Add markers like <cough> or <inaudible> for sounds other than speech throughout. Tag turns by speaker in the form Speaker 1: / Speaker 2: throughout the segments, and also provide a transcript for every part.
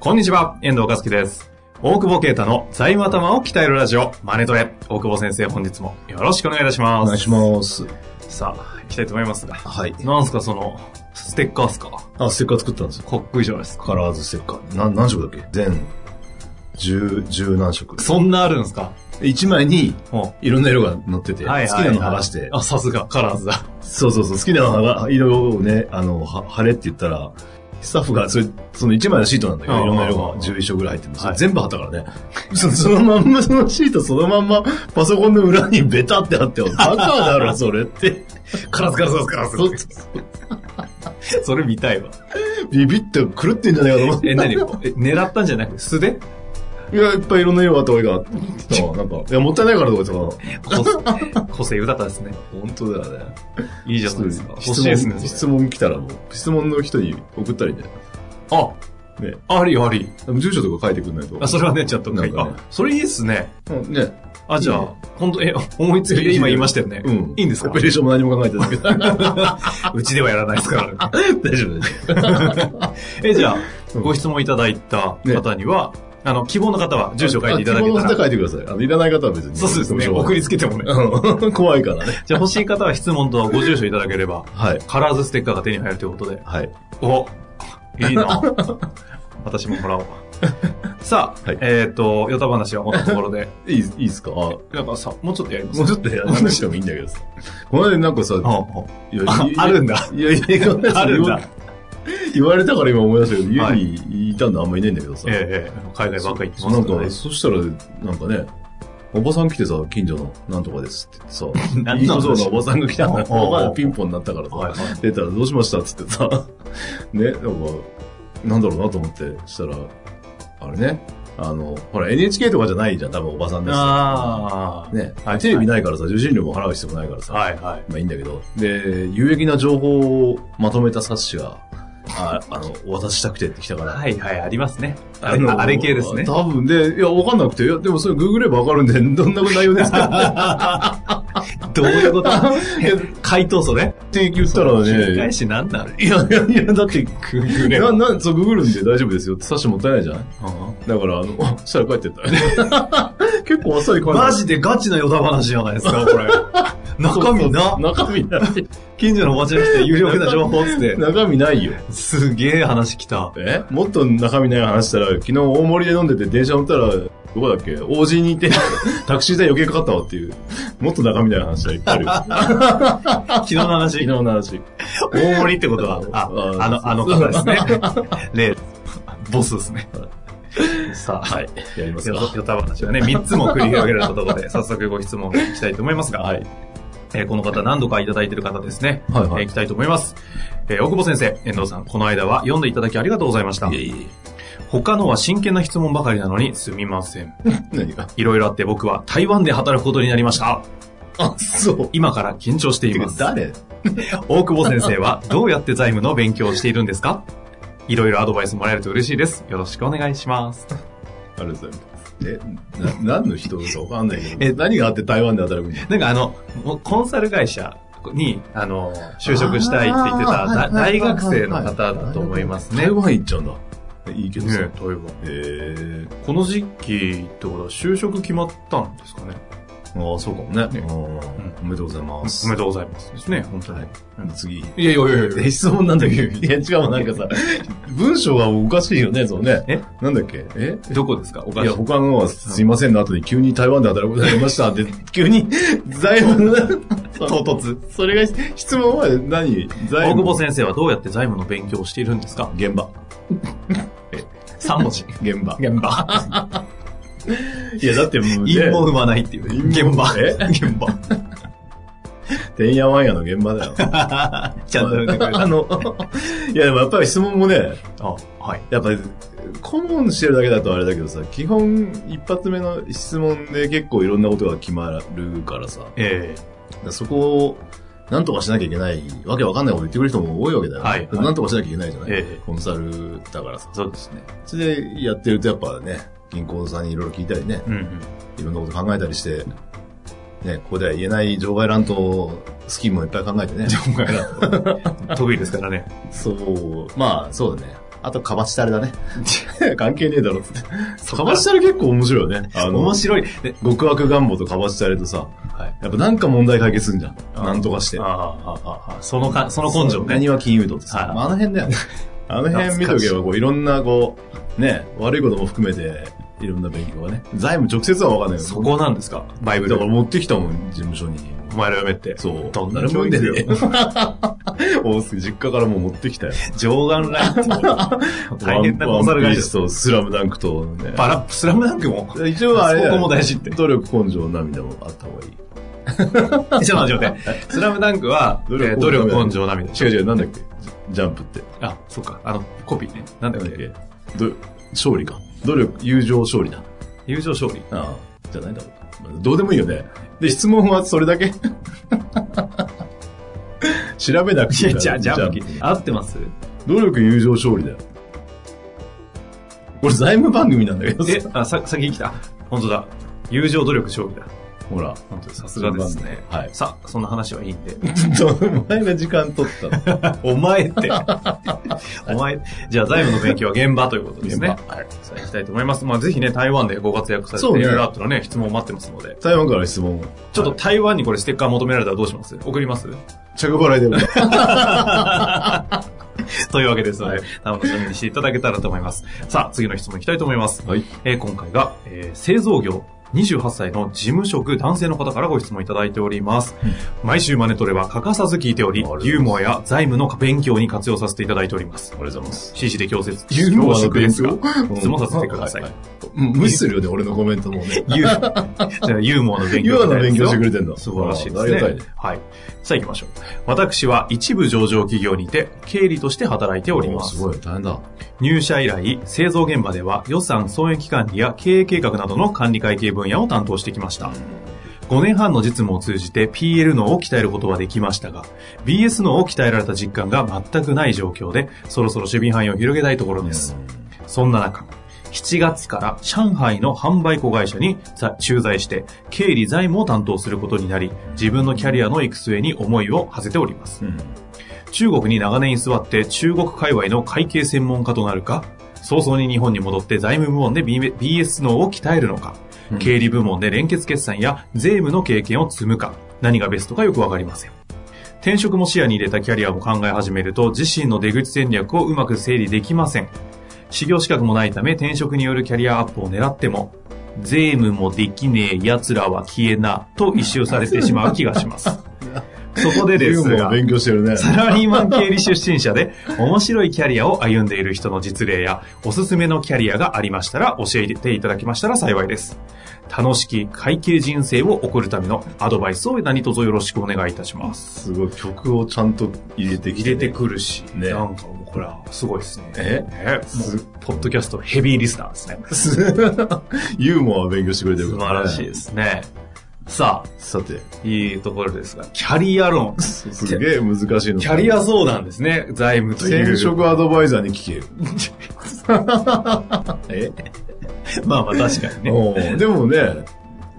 Speaker 1: こんにちは、遠藤和樹です。大久保啓太の財務頭を鍛えるラジオ、マネトレ。大久保先生、本日もよろしくお願いいたします。
Speaker 2: お願いします。
Speaker 1: す。さあ、行きたいと思いますが。
Speaker 2: はい。
Speaker 1: なんすか、その、ステッカーっすか
Speaker 2: あ、ステッカー作ったんですよ。
Speaker 1: かっこいいじゃないですか。
Speaker 2: カラーズステッカー。な何色だっけ全、十、十何色。
Speaker 1: そんなあるんすか
Speaker 2: 一枚に、
Speaker 1: も
Speaker 2: いろんな色が載ってて、
Speaker 1: う。
Speaker 2: 好きなの剥がして、
Speaker 1: あ、さすが、カラーズだ。 <laughs>
Speaker 2: そうそうそう、好きなの剥が、色をね、あの、は貼れって言ったら、スタッフが、それ、その一枚のシートなんだけ
Speaker 1: うん
Speaker 2: ど、いろんな色が11色ぐらい入ってるんですよ。全部貼ったからね。そそのまんま、そのシートそのまんま、パソコンの裏にベタって貼って、バカだろ、それって。
Speaker 1: カラーズ、カラーズ、カラ
Speaker 2: そ
Speaker 1: ーズ。それ見たいわ。
Speaker 2: ビビって狂ってんじゃないかと思って。
Speaker 1: え、 <laughs> 何え、狙ったんじゃなくて素
Speaker 2: <laughs>
Speaker 1: で
Speaker 2: いや、いっぱいいろんな色があった方がいいかな。 <laughs> そうなんか、いや、もったいないからとか言って
Speaker 1: 個性個性豊かですね。
Speaker 2: た本当だよね。
Speaker 1: いいじゃないですか。欲しいですね。
Speaker 2: 質問来たらもう、質問の人に送ったらいいんじゃ
Speaker 1: あ、
Speaker 2: ないね。
Speaker 1: ありあり。
Speaker 2: でも住所とか書いてくんないと。
Speaker 1: あ、それはね、ちょっと書いて。
Speaker 2: なんか
Speaker 1: あ
Speaker 2: ね、
Speaker 1: それいいっすね。
Speaker 2: うんね。
Speaker 1: あ、じゃ
Speaker 2: いい
Speaker 1: あ、本当え、思いつきで今言いましたよね。
Speaker 2: うん。
Speaker 1: いいんですか
Speaker 2: オペレーションも何も考えてないけど。大
Speaker 1: <laughs> うちではやらないですからね。
Speaker 2: <laughs> 丈夫大丈夫。
Speaker 1: え、じゃあ、
Speaker 2: うん
Speaker 1: ご質問いただいた方には、あの、希望の方は住所を書いていただけた
Speaker 2: あ希望の方
Speaker 1: ら。
Speaker 2: 書いてください。あの、いらない方は別に。
Speaker 1: そうですね。
Speaker 2: しょうが
Speaker 1: 送
Speaker 2: ない
Speaker 1: りつけてもね。
Speaker 2: うん怖いからね。
Speaker 1: じゃあ、欲しい方は質問とご住所いただければ、
Speaker 2: はい。
Speaker 1: カラーズステッカーが手に入るということで。
Speaker 2: はい。
Speaker 1: お、いい
Speaker 2: <laughs>
Speaker 1: な私ももらおう。さあ、
Speaker 2: はい
Speaker 1: えっと、ヨタ話はもったところで、
Speaker 2: いい、いいですかあも
Speaker 1: なんかさ、もうちょっとやります
Speaker 2: うちょっとやらなくてもいいんだけどさ。この間なんかさ、
Speaker 1: <laughs> あ
Speaker 2: いや
Speaker 1: あ
Speaker 2: い
Speaker 1: あるんだ。
Speaker 2: いやいやいや、
Speaker 1: あるんだ。
Speaker 2: 言われたから今思い出したけど、家
Speaker 1: は
Speaker 2: にいたんだあんまいないんだけどさ。
Speaker 1: ええ、ええ海外ばっかり行って
Speaker 2: そ
Speaker 1: ます
Speaker 2: なん
Speaker 1: からね
Speaker 2: か、そしたら、なんかね、おばさん来てさ、近所のなんとかですって言ってさ、
Speaker 1: <laughs> 何の話
Speaker 2: そうなおばさんが来たんだ
Speaker 1: おうおうおう
Speaker 2: まだピンポンになったから
Speaker 1: はい
Speaker 2: さ、
Speaker 1: はい。
Speaker 2: 出たらどうしましたって言ってさ、 <laughs> ね、なんか、なんだろうなと思って、したら、あれね、あの、ほら NHK とかじゃないじゃん、多分おばさんです。
Speaker 1: ああ。
Speaker 2: ね、
Speaker 1: はい
Speaker 2: テレビないからさ、受信料も払う必要もないからさ、
Speaker 1: はいはい。
Speaker 2: まあいいんだけど。で、有益な情報をまとめた冊子が、ああの、お渡ししたくてってきたから。
Speaker 1: はいはい、ありますね。あ
Speaker 2: あ
Speaker 1: れ
Speaker 2: の
Speaker 1: あれ系ですね。
Speaker 2: 多分で、いや、わかんなくて、いや、でもそれググればわかるんで、どんな内容です <laughs> か
Speaker 1: どう <laughs> いうこと回答それ
Speaker 2: って言ったら
Speaker 1: 繰り
Speaker 2: ね
Speaker 1: 返、しなんなの
Speaker 2: いやいやいや、だって、
Speaker 1: くぐれ
Speaker 2: な、
Speaker 1: ば。
Speaker 2: な、そう、ググるんで大丈夫ですよって冊子もったいないじゃん
Speaker 1: うん
Speaker 2: だから、あの、あそしたら帰ってったよね。 <laughs> 結構あっさり帰った。
Speaker 1: マジでガチなヨタ話じゃないですか、 <laughs> これ。中身な。
Speaker 2: 中身な
Speaker 1: 近所のおばちゃん来て有力な情報っつって
Speaker 2: い。。中身ないよ。
Speaker 1: <laughs> すげえ話来た。
Speaker 2: えもっと中身ない話したら、昨日大盛りで飲んでて電車乗ったら、どこだっけ王子にいて、 <laughs> タクシー代余計かかったわっていう。もっと中身ない話はいっ <laughs> ぱいあるよ。
Speaker 1: <laughs> 昨日の
Speaker 2: 昨日
Speaker 1: 話。
Speaker 2: の話。
Speaker 1: 大盛りってことは、あ、あの、あの方ですね。例、ボスですね。 <laughs> さあ、
Speaker 2: はい。やります
Speaker 1: よ
Speaker 2: か。
Speaker 1: よた話がね、3つも繰り広げられたとこ
Speaker 2: <laughs>
Speaker 1: ろで、早速ご質問いきたいと思いますが、
Speaker 2: はい。
Speaker 1: えーこの方何度かいただいている方ですね。
Speaker 2: はいはい
Speaker 1: えーきたいと思います。えー大久保先生、遠藤さん、この間は読んでいただきありがとうございました。
Speaker 2: いえい
Speaker 1: 他のは真剣な質問ばかりなのにすみません。
Speaker 2: え。何が
Speaker 1: いろいろあって僕は台湾で働くことになりました。
Speaker 2: あ、そう。
Speaker 1: 今から緊張しています。
Speaker 2: 誰
Speaker 1: 大久保先生はどうやって財務の勉強をしているんですかいろいろアドバイスもらえると嬉しいです。よろしくお願いします。
Speaker 2: あれだよ。え、な、何の人かわかんないけど。
Speaker 1: え
Speaker 2: え、何があって台湾で働くんだ
Speaker 1: なんかあの、もうコンサル会社に、あの、就職したいって言ってただ大学生の方だと思いますね
Speaker 2: 台。湾行っちゃうんだ。いいけど
Speaker 1: ね
Speaker 2: さ。
Speaker 1: 台湾。
Speaker 2: へえ。
Speaker 1: この時期ってことは就職決まったんですかね。
Speaker 2: ああ、そうかもね。
Speaker 1: ね
Speaker 2: うんおめでとうございま
Speaker 1: お
Speaker 2: す。
Speaker 1: めでとうございます。ですね、本当に。
Speaker 2: はい次。
Speaker 1: い、やいやいやい
Speaker 2: え、質問なんだっけいや、違う、なんかさ、文章がおかしいよね、そうね。
Speaker 1: え
Speaker 2: なんだっけえ
Speaker 1: や。どこですかお
Speaker 2: い
Speaker 1: かし
Speaker 2: や、他のはすいませんの後に急に台湾で働くことになりましたって、 <laughs> 急に、財務の、唐突。それが、質問は何財
Speaker 1: 大
Speaker 2: 務
Speaker 1: 久保先生はどうやって財務の勉強をしているんですか
Speaker 2: 現場。
Speaker 1: ?3 文字。
Speaker 2: 現場。
Speaker 1: 現場。
Speaker 2: いや、だってもうね、
Speaker 1: 陰謀を生まないっていう。
Speaker 2: 陰謀
Speaker 1: 現場。
Speaker 2: え
Speaker 1: 現場。
Speaker 2: てんやわんやの現場だよ。
Speaker 1: ちゃんと言ってくれた
Speaker 2: <laughs> あの、いやでもやっぱり質問もね、
Speaker 1: <laughs> あ、はい。
Speaker 2: やっぱり、顧問してるだけだとあれだけどさ、基本一発目の質問で結構いろんなことが決まるからさ、
Speaker 1: え
Speaker 2: だからそこを、なんとかしなきゃいけない、わけわかんないこと言ってくる人も多いわけだよ。
Speaker 1: はいはい
Speaker 2: なんとかしなきゃいけないじゃない、
Speaker 1: ええ
Speaker 2: コンサルだからさ
Speaker 1: え。そうですね。
Speaker 2: それでやってるとやっぱね、銀行さんにいろいろ聞いたりね、
Speaker 1: うんうん。
Speaker 2: いろんなこと考えたりして、ね、ここでは言えない場外乱闘スキームもいっぱい考えてね。
Speaker 1: 今回は得意ですからね。
Speaker 2: そう、まあそうだね。あと、かばしたれだ
Speaker 1: <laughs>
Speaker 2: ね。関係ねえだろっつって。
Speaker 1: そ
Speaker 2: かばしたれ結構面白いよね。あの
Speaker 1: 面、白い。で
Speaker 2: 極悪願望とかばしたれとさ、
Speaker 1: はい。
Speaker 2: やっぱなんか問題解決するんじゃん。なんとかして。
Speaker 1: ああ、ああ、ああ、そのか、その根性ね。
Speaker 2: 何は金融道ってさ、
Speaker 1: はい
Speaker 2: まあ、あの
Speaker 1: <laughs>
Speaker 2: 辺だよね。あの辺見とけば、こう、いろんな、こう、ね、悪いことも含めて、いろんな勉強がね。財務直接はわかんないけど
Speaker 1: そこなんですかバイブ
Speaker 2: だから
Speaker 1: ル。
Speaker 2: 持ってきたもん、事務所に。
Speaker 1: お前らやめって。
Speaker 2: そう。
Speaker 1: どんな教育よ
Speaker 2: 誰も読ん <laughs> でねえおす実家からもう持ってきたよ。
Speaker 1: 上眼ラインってもう <laughs> 大変なコンサル
Speaker 2: ワン
Speaker 1: 会社で
Speaker 2: ピース
Speaker 1: す。
Speaker 2: とスラムダンクとね。
Speaker 1: バラ、スラムダンク <laughs> も。
Speaker 2: 一応あれだよ
Speaker 1: そこも大事って
Speaker 2: 努力、根性、涙もあった方がいい。
Speaker 1: ちょっと待って待って。スラムダンクは、え
Speaker 2: 努力
Speaker 1: ー努力、根性、涙。
Speaker 2: 違う違う、なんだっけジャンプって。
Speaker 1: あ、そっか。あの、コピーね。なんだ
Speaker 2: な
Speaker 1: っ
Speaker 2: んだっ
Speaker 1: け
Speaker 2: けど勝利か。努力、友情、勝利だ。
Speaker 1: 友情勝利。
Speaker 2: ああ、じゃないだろう。どうでもいいよね。で、質問はそれだけ <laughs> 調べなく
Speaker 1: い
Speaker 2: ていい
Speaker 1: や、
Speaker 2: から。
Speaker 1: じゃあ、じゃあ、
Speaker 2: ジャンプ
Speaker 1: 合ってます
Speaker 2: 努力、友情、勝利だよ。これ財務番組なんだけどさ
Speaker 1: え、あ、さ、先に来た。本当だ。友情、努力、勝利だ。
Speaker 2: ほら。
Speaker 1: 本当にさすがですね。
Speaker 2: はい
Speaker 1: さ、そんな話はいいんで。
Speaker 2: <laughs> ちょっと、お前が時間取ったの。
Speaker 1: <laughs> お前って。 <laughs> お前、じゃあ財務の勉強は現場ということですね。
Speaker 2: 現場はい
Speaker 1: さあ、行きたいと思います。まあ、ぜひね、台湾でご活躍され
Speaker 2: そう
Speaker 1: て、
Speaker 2: ね
Speaker 1: いろいろあったらね、質問を待ってますので。
Speaker 2: 台湾から質問を。
Speaker 1: ちょっと台湾にこれステッカー求められたらどうします送ります
Speaker 2: <laughs> 着払いでも。
Speaker 1: というわけですので、楽しみにしていただけたらと思い
Speaker 2: <laughs>
Speaker 1: ます。さあ、次の質問いきたいと思います。
Speaker 2: はい。
Speaker 1: えー今回が、えー製造業28歳の事務職男性の方からご質問いただいております。毎週マネトレは欠かさず聞いており
Speaker 2: ありがとうござい
Speaker 1: ユ
Speaker 2: ま、す
Speaker 1: ーモアや財務の勉強に活用させていただいております。
Speaker 2: ありがとうございます。
Speaker 1: CC で強制、
Speaker 2: ユーモア
Speaker 1: 恐縮
Speaker 2: の勉
Speaker 1: ですが
Speaker 2: 強、
Speaker 1: 質問させてください
Speaker 2: ははうん無視するよね、俺のコメントもね。
Speaker 1: ユー <laughs> じゃあユーモアの勉
Speaker 2: ユ
Speaker 1: 強
Speaker 2: ーモア
Speaker 1: みた
Speaker 2: の
Speaker 1: いです
Speaker 2: 勉強
Speaker 1: よ
Speaker 2: してくれてんだ。
Speaker 1: 素晴らしいです
Speaker 2: あ
Speaker 1: ね。
Speaker 2: りがたいね。
Speaker 1: はい。さあ行きましょう。私は一部上場企業にて経理として働いております。
Speaker 2: おすごい、大変だ。
Speaker 1: 入社以来、製造現場では予算損益管理や経営計画などの管理会計分野を担当してきました。5年半の実務を通じて PL 脳を鍛えることはできましたが、BS 脳を鍛えられた実感が全くない状況で、そろそろ守備範囲を広げたいところです。そんな中、7月から上海の販売子会社に在駐在して、経理財務を担当することになり、自分のキャリアの行く末に思いを馳せております。
Speaker 2: うん。
Speaker 1: 中国に長年居座って中国界隈の会計専門家となるか、早々に日本に戻って財務部門で B- BS 脳を鍛えるのか、
Speaker 2: うん
Speaker 1: 経理部門で連結決算や税務の経験を積むか、何がベストかよくわかりません。転職も視野に入れたキャリアを考え始めると、自身の出口戦略をうまく整理できません。修行資格もないため転職によるキャリアアップを狙っても、税務もできねえ奴らは消えな、と一周されてしまう気がし
Speaker 2: <laughs>
Speaker 1: ます。そこでで
Speaker 2: ユ
Speaker 1: す
Speaker 2: ーモア
Speaker 1: が、
Speaker 2: 勉強してるね。
Speaker 1: サラリーマン経理出身者で面白いキャリアを歩んでいる人の実例やおすすめのキャリアがありましたら教えていただきましたら幸いです。楽しき会計人生を送るためのアドバイスを何卒よろしくお願いいたし <laughs> ます。
Speaker 2: すごい、曲をちゃんと入れてき
Speaker 1: 入
Speaker 2: てね。
Speaker 1: れてくるし、
Speaker 2: ね
Speaker 1: なんかもうこれはすごいですね。
Speaker 2: え
Speaker 1: えもうポッドキャストヘビーリスナーですね。
Speaker 2: す <laughs> ユーモアを勉強してくれてる。
Speaker 1: 素晴らしいですすね。さ
Speaker 2: さて、
Speaker 1: あ、いいところですが、キャリア論。
Speaker 2: すげえ難しいの。
Speaker 1: キャリア相談ですね、財務という。
Speaker 2: 転職アドバイザー
Speaker 1: <laughs>
Speaker 2: に聞ける。え
Speaker 1: まあまあ確かにね。
Speaker 2: おうでもね、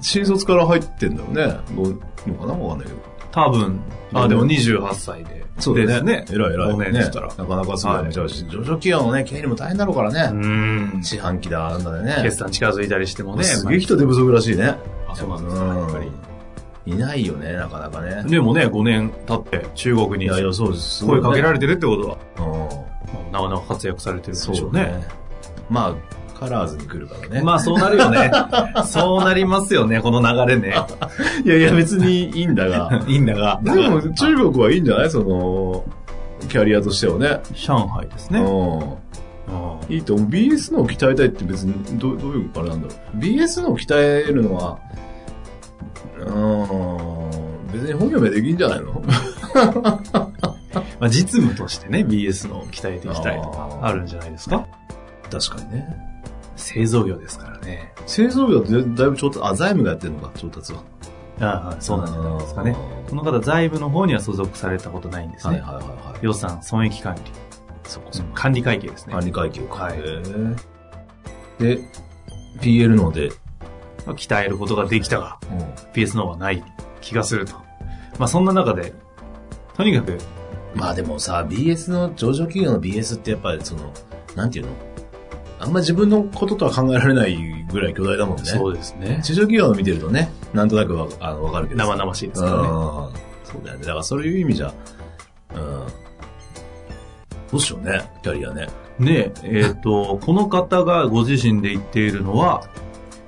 Speaker 2: 新卒から入ってんだよね。どうのかなわかんないけど。
Speaker 1: 多分、あ、でも28歳で。ですね。
Speaker 2: えらいえらい。
Speaker 1: 5年っ
Speaker 2: ね
Speaker 1: て言ったら。
Speaker 2: なかなかすごいね。じゃあ、上場企業のね、経理も大変だろうから
Speaker 1: う
Speaker 2: ね。
Speaker 1: ん。
Speaker 2: 四半期だ、なんだでね
Speaker 1: 決。算近づいたりしてもね。
Speaker 2: すげえ人手不足らしいね。
Speaker 1: あそうなんですねやっぱ
Speaker 2: うんいないよね、なかなかね。
Speaker 1: り。でもね、5年経って中国
Speaker 2: い
Speaker 1: に
Speaker 2: やいや、そうです。
Speaker 1: 声かけら
Speaker 2: れ
Speaker 1: れてるってことは、
Speaker 2: う
Speaker 1: まあなかなか活躍されてるん
Speaker 2: ん。
Speaker 1: で
Speaker 2: そ
Speaker 1: しょ
Speaker 2: う
Speaker 1: うね。
Speaker 2: ね。まあ、カラーズに来るからね。
Speaker 1: まあそうなるよ <laughs> ね。そうなりますよね、この流れね。
Speaker 2: いやいや、別にいいんだが。
Speaker 1: いいんだが。
Speaker 2: <laughs> でも、中国はいいんじゃないその、キャリアとしてはね。
Speaker 1: 上海ですね。
Speaker 2: うん。
Speaker 1: うん
Speaker 2: いいと思う。BS のを鍛えたいって別にど、どういうあれなんだろう。BS のを鍛えるのは、うーん、別にに本読名できんじゃない
Speaker 1: <laughs>
Speaker 2: の
Speaker 1: まあ、実務としてね、BS の鍛えていきたいとか
Speaker 2: あー
Speaker 1: あるんじゃないですか
Speaker 2: 確かにね。
Speaker 1: 製造業ですからね。
Speaker 2: 製造業ってだいぶ調達、あ、財務がやってるのか、調達は。
Speaker 1: ああ、そうなんじゃないですかね。こ
Speaker 2: あ
Speaker 1: の方、財務の方には所属されたことないんです
Speaker 2: ーは
Speaker 1: ね。
Speaker 2: いはいはいはい。
Speaker 1: 予算、損益管理。
Speaker 2: そこ
Speaker 1: うん管理会計ですね。
Speaker 2: 管理会計か。
Speaker 1: はい
Speaker 2: へえで、PL ので、
Speaker 1: まあ鍛えることができたが、PS の方はない気がすると。まあ、そんな中で、とにかく、
Speaker 2: まあでもさ、BS の、上場企業の BS ってやっぱりその、なんていうのあんま自分のこととは考えられないぐらい巨大だもんね。
Speaker 1: そうですね。
Speaker 2: 中小企業の見てるとね、なんとなくわあのわかるけどさ。
Speaker 1: 生々しいですからね。
Speaker 2: うんそうだよね。だからそういう意味じゃ、うん。どうしようね、キャリアね。
Speaker 1: で、えっ、と、この方がご自身で言っているのは、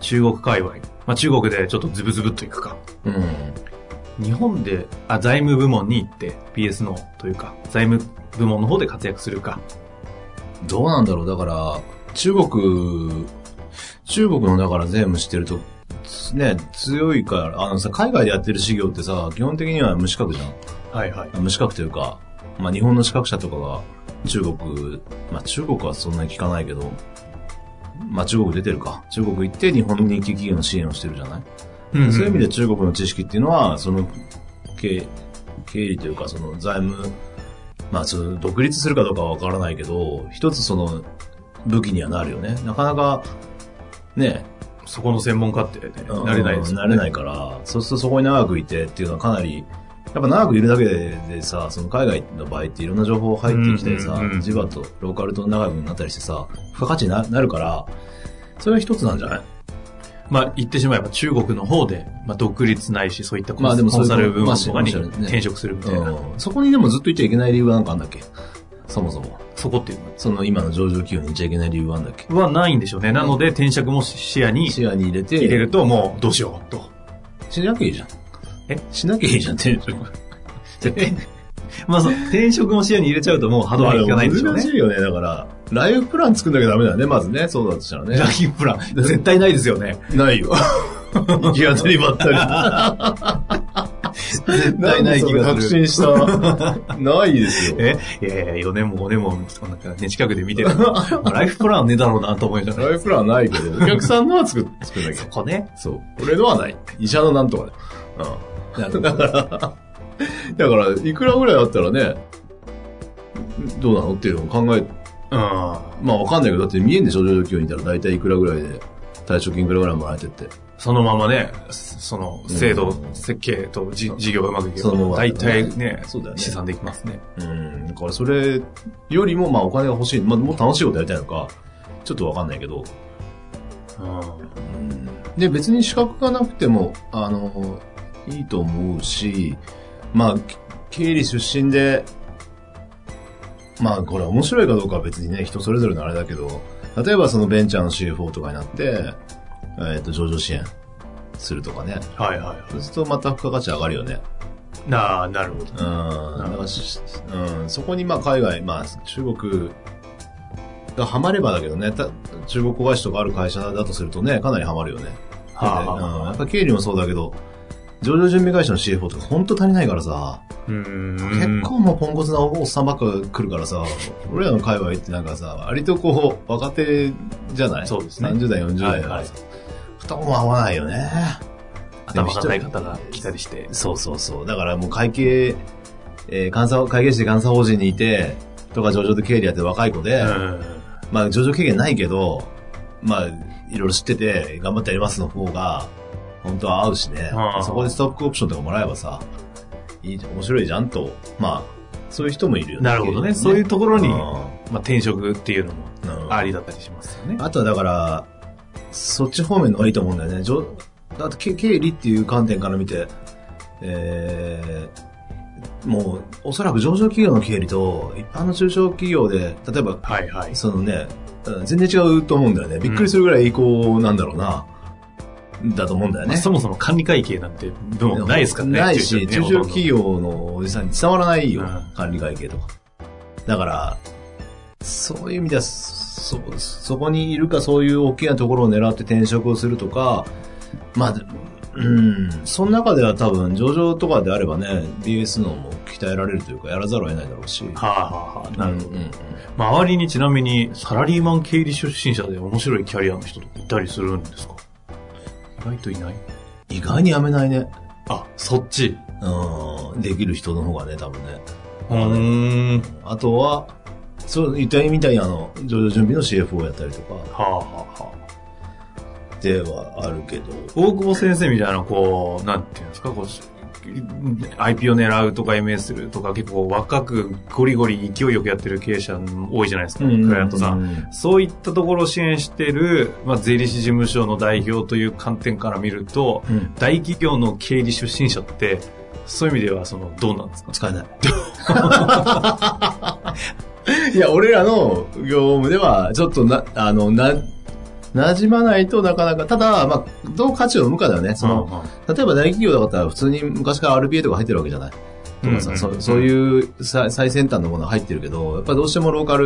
Speaker 1: 中国界隈。まあ、中国でちょっとズブズブっといくか。
Speaker 2: うん。
Speaker 1: 日本で、あ、財務部門に行って、PS のというか、財務部門の方で活躍するか。
Speaker 2: どうなんだろうだから、中国、中国のだから税務してると、ね、強いから、あのさ、海外でやってる事業ってさ、基本的には無資格じゃん。
Speaker 1: はいはい。
Speaker 2: 無資格というか、まあ、日本の資格者とかが中国、まあ、中国はそんなに聞かないけど、まあ、中国出てるか。中国行って日本人気企業の支援をしてるじゃない、
Speaker 1: うん、
Speaker 2: そういう意味
Speaker 1: で。
Speaker 2: で中国の知識っていうのは、その経経理というか、その財務、まあ、その独立するかどうかはわからないけど、一つその武器にはなるよね。なかなか、ね、
Speaker 1: そこの専門家って、ね、
Speaker 2: うん
Speaker 1: なれないです、ね。
Speaker 2: 慣れないから、そうするとそこに長くいてっていうのはかなり、やっぱ長くいるだけでさ、その海外の場合っていろんな情報入ってきてさ、
Speaker 1: うんうんうん
Speaker 2: ジバとローカルと長くなったりしてさ、付加価値にななるから、それは一つなんじゃない
Speaker 1: まあ、言ってしまえば中国の方で、まあ、独立ないし、そういったコン,、
Speaker 2: まあでも
Speaker 1: コンサル
Speaker 2: そうい
Speaker 1: 部
Speaker 2: う
Speaker 1: 門とかに
Speaker 2: まあそういうね
Speaker 1: 転職するみたいな、
Speaker 2: うんそこにでもずっといちゃいけない理由はなんかあんだっけそもそも。
Speaker 1: そこっていう
Speaker 2: その今の上場企業にいちゃいけない理由はあんだっけ
Speaker 1: のはないんでしょうね。なので、転職も視野に
Speaker 2: 視野に入れて、
Speaker 1: 入れると、もう、どうしようと。
Speaker 2: しなきゃいいじゃん。
Speaker 1: え
Speaker 2: しなきゃいいじゃん、転職。 <laughs>
Speaker 1: まあ、そう転職も視野に入れちゃうと、もう歯止めがいかないんでしょう
Speaker 2: 難
Speaker 1: ね
Speaker 2: し。いよね。だから、ライフプラン作んなきゃダメだよね、まずね。そうだとしたらね。
Speaker 1: ライフプラン、絶対ないですよね。
Speaker 2: な
Speaker 1: <laughs>
Speaker 2: いよ。行き当たりばったり。
Speaker 1: <laughs> 絶対ない気がする。
Speaker 2: んでそれ確信した。ないですよ。
Speaker 1: えいやいや、4年も5年も、そんなね、近くで見てる
Speaker 2: <laughs>
Speaker 1: のライフプランはねえだろうなと思いながら。
Speaker 2: ライフプランはないけど、お客さんのは作作んなき
Speaker 1: そ
Speaker 2: ゃ。
Speaker 1: こね。
Speaker 2: そう。俺のはない。医者のなんとかね。うん。 <laughs> だから、だから、いくらぐらいあったらね、どうなのっていうのを考え、
Speaker 1: うん。
Speaker 2: まあわかんないけど、だって見えんでしょ、上場企業にいたら大体いくらぐらいで、退職金いくらぐらいもらえてって。
Speaker 1: そのままね、その制度
Speaker 2: う、ん
Speaker 1: 設計とじ事業がうまくいけば
Speaker 2: そのま、ま
Speaker 1: 大体ね、
Speaker 2: そうだよね
Speaker 1: 試算できますね。
Speaker 2: うん、だからそれよりもまあお金が欲しい、まあもっと楽しいことやりたいのか、ちょっとわかんないけど、
Speaker 1: うん
Speaker 2: で、別に資格がなくても、あの、いいと思うし、まあ、き経理出身で、まあ、これ面白いかどうかは別にね、人それぞれのあれだけど、例えばそのベンチャーの CFO とかになって、えっ、と、上場支援するとかね。
Speaker 1: はいはいは
Speaker 2: そうするとまた付加価値上がるよね。
Speaker 1: い。なあ、なるほど
Speaker 2: うん。。だからしうん、そこにまあ海外、まあ中国がハマればだけどね、た中国小会社とかある会社だとするとね、かなりハマるよね。
Speaker 1: はあは
Speaker 2: うん、や
Speaker 1: あ
Speaker 2: っぱ経理もそうだけど、上場準備会社の CFO とか本当足りないからさ、
Speaker 1: うん
Speaker 2: 結構もうポンコツなおっさんばっか来るからさ、俺らの界隈ってなんかさ、割とこう、若手じゃない
Speaker 1: そうですね
Speaker 2: 30代、40
Speaker 1: は
Speaker 2: 代
Speaker 1: い
Speaker 2: だか
Speaker 1: は
Speaker 2: ら
Speaker 1: い
Speaker 2: さ、。太も合わないよね。
Speaker 1: 頭がない方が来たりして。
Speaker 2: そうそうそう。だからもう会計、えー監査、会計士で監査法人にいて、とか上場で経理やってる若い子で、
Speaker 1: うん
Speaker 2: まあ上場経験ないけど、まあ、いろいろ知ってて、頑張ってやりますの方が、本当は合うしね
Speaker 1: ああ。
Speaker 2: そこでストックオプションとかもらえばさ、いいじゃん、面白いじゃんと。まあ、そういう人もいるよ
Speaker 1: なるほどね。そういうところに、
Speaker 2: うん
Speaker 1: まあ転職っていうのも
Speaker 2: うん
Speaker 1: ありだったりしますよね。
Speaker 2: あとはだから、そっち方面の方がいいと思うんだよね。じょだってけ経理っていう観点から見て、えー、もう、おそらく上場企業の経理と、一般の中小企業で、例えば、
Speaker 1: はいはい。
Speaker 2: そのね、うん全然違うと思うんだよね。びっくりするぐらいいい子なんだろうな、だと思うんだよ
Speaker 1: まあ
Speaker 2: ね。
Speaker 1: そもそも管理会計なんて部門ないですからね。
Speaker 2: ないし、中小企
Speaker 1: 業。
Speaker 2: 業のおじさんに伝わらないよ、
Speaker 1: うん
Speaker 2: 管理会計とか。だから、そういう意味では、そ、そこにいるかそういう大きなところを狙って転職をするとか、まあ、うん、その中では多分、上場とかであればね、BS のも鍛えられるというか、やらざるを得ないだろうし。
Speaker 1: はあ、はあはあ、なるほど、
Speaker 2: うんうん
Speaker 1: 周りにちなみにサラリーマン経理出身者で面白いキャリアの人とかいたりするんですか意外といない
Speaker 2: 意外にやめないね。
Speaker 1: あ、そっち。
Speaker 2: うん、できる人の方がね、多分ね。
Speaker 1: うーん。
Speaker 2: あとは、そう、言ったみたいにあの、上場準備の CFO をやったりとか、
Speaker 1: はあ、はあはあ、
Speaker 2: ではあるけど、
Speaker 1: 大久保先生みたいな、こう、なんていうんですか、こう、IP を狙うとか MS するとか結構若くゴリゴリ勢いよくやってる経営者多いじゃないですか、クライアントさん。
Speaker 2: ん。
Speaker 1: そういったところを支援している、まあ、税理士事務所の代表という観点から見ると、
Speaker 2: うん
Speaker 1: 大企業の経理出身者って、そういう意味では、その、どうなんですか
Speaker 2: 使えない。 <laughs> いや、俺らの業務では、ちょっとな、あの、な、馴染まないとなかなか、ただ、まあ、どう価値を生むかだよね。その、例えば大企業だったら普通に昔から RPA とか入ってるわけじゃない。とか
Speaker 1: う
Speaker 2: さ、
Speaker 1: んうん
Speaker 2: そそういう最最先端のものは入ってるけど、やっぱどうしてもローカ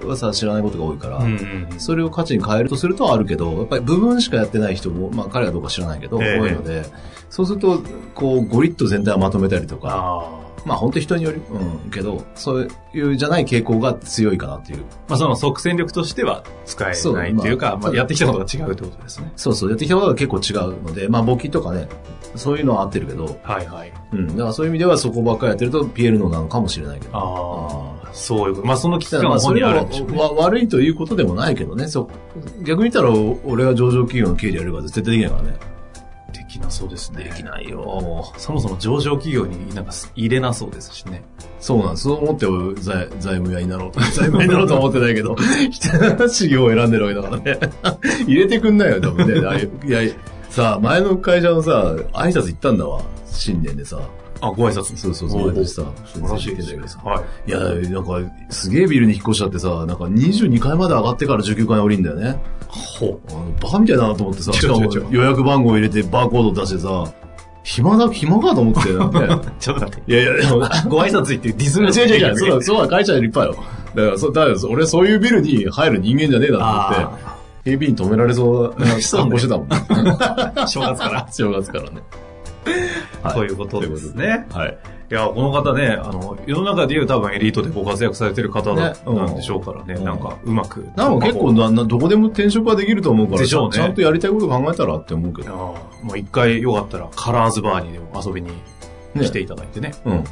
Speaker 2: ルはさ、知らないことが多いから、
Speaker 1: うんうん
Speaker 2: それを価値に変えるとするとあるけど、やっぱり部分しかやってない人も、まあ彼はどうか知らないけど、
Speaker 1: ええ
Speaker 2: 多いので、そうすると、こう、ゴリッと全体をまとめたりとか、
Speaker 1: あー
Speaker 2: まあ本当人による、うん、けど、そういうじゃない傾向が強いかなっていう。
Speaker 1: まあ、その即戦力としては使え
Speaker 2: そう
Speaker 1: ないというか、
Speaker 2: まあ
Speaker 1: まあ、やってきたことが違うということですね。
Speaker 2: そうそう、やってきたことが結構違うので、まあ簿記とかね、そういうのは合ってるけど、
Speaker 1: はいはい。
Speaker 2: うん、だからそういう意味ではそこばっかりやってると PL のなのかもしれないけど。
Speaker 1: ああ、そういうこと。まあ、その危機
Speaker 2: た
Speaker 1: 感
Speaker 2: だま
Speaker 1: は
Speaker 2: あそ
Speaker 1: 本
Speaker 2: れ
Speaker 1: にあ
Speaker 2: は
Speaker 1: るんでしょうね。
Speaker 2: わ悪いということでもないけどね。そう逆に言ったら、お俺が上場企業の経理やるから絶対できないからね。
Speaker 1: できなそうですね。
Speaker 2: できないよ、もう。
Speaker 1: そもそも上場企業になんか入れなそうですしね。
Speaker 2: そうなんです。そう思って俺財財務屋になろう <laughs> と。財務屋になろうと思ってないけど、事業を選んでるわけだからね。 <laughs> 入れてくんないよ、多分ね。ああいういや、さあ、前の会社のさ、挨拶行ったんだわ。新年でさ。
Speaker 1: あ、ご挨拶
Speaker 2: そうそうそ
Speaker 1: お
Speaker 2: う。
Speaker 1: ー
Speaker 2: 毎年さ、
Speaker 1: 素晴らしいですね。はい。
Speaker 2: いや、なんか、すげえビルに引っ越しちゃってさ、なんか22階まで上がってから19階に降りんだよね。
Speaker 1: ほ
Speaker 2: あのバカみたいだなと思ってさ、
Speaker 1: 違
Speaker 2: し
Speaker 1: う
Speaker 2: か
Speaker 1: 違
Speaker 2: も
Speaker 1: う違う
Speaker 2: 予約番号入れてバーコード出してさ、暇だ、暇かと思っ
Speaker 1: <laughs>
Speaker 2: て、ね。
Speaker 1: ちょっと待って。
Speaker 2: いやいや、でも、
Speaker 1: ご挨拶行ってディズ <laughs> ニー
Speaker 2: 違う違う違う、そうだ、そうだ、会社いっぱいよ。だから、そう、だからそう、俺そういうビルに入る人間じゃねえだと思って、
Speaker 1: あ
Speaker 2: 警備員止められそうな
Speaker 1: そうね
Speaker 2: 格好してたもん。
Speaker 1: あ、正月から。
Speaker 2: 正月からね。はい
Speaker 1: ということですね。
Speaker 2: <laughs> はい。
Speaker 1: いや、この方ね、あの、世の中でいう多分エリートでご活躍されてる方だ
Speaker 2: ねうん
Speaker 1: なんでしょうからね、
Speaker 2: うん
Speaker 1: なんかうまく。
Speaker 2: なんか結構
Speaker 1: ま
Speaker 2: な、などこでも転職はできると思うから、
Speaker 1: でしょうね
Speaker 2: ちゃんとやりたいこと考えたらって思うけど。
Speaker 1: あもう一回よかったらカラーズバーにでも遊びに
Speaker 2: ね
Speaker 1: 来ていただいてね。
Speaker 2: うん。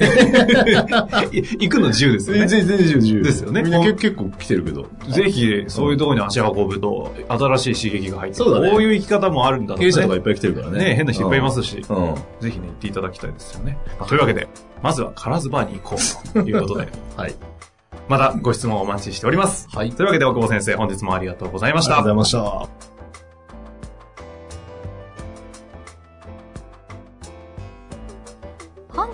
Speaker 1: い行くの自由ですよ <laughs>
Speaker 2: 全然、
Speaker 1: ね。
Speaker 2: 全然、全然。
Speaker 1: ですよね
Speaker 2: みんな結結構来てるけど。
Speaker 1: ぜひ、そういうところに足運ぶと、新しい刺激が入ってくる
Speaker 2: そうだね
Speaker 1: こういう生き方もあるんだとか
Speaker 2: 経
Speaker 1: ね
Speaker 2: 営者とかいっぱい来てるからね。。
Speaker 1: ね、変な人いっぱいいますすし、
Speaker 2: うん。
Speaker 1: ぜひね、行っていただきたいですよね。まあというわけで、まずはカラーズバーに行こうということで、 <laughs>
Speaker 2: はい。
Speaker 1: またご質問をお待ちしております。
Speaker 2: はい。ありが
Speaker 1: というわけで、大久保先生、本日もありがとうございまし
Speaker 2: とう
Speaker 1: た
Speaker 2: ご。ざいました。
Speaker 3: 本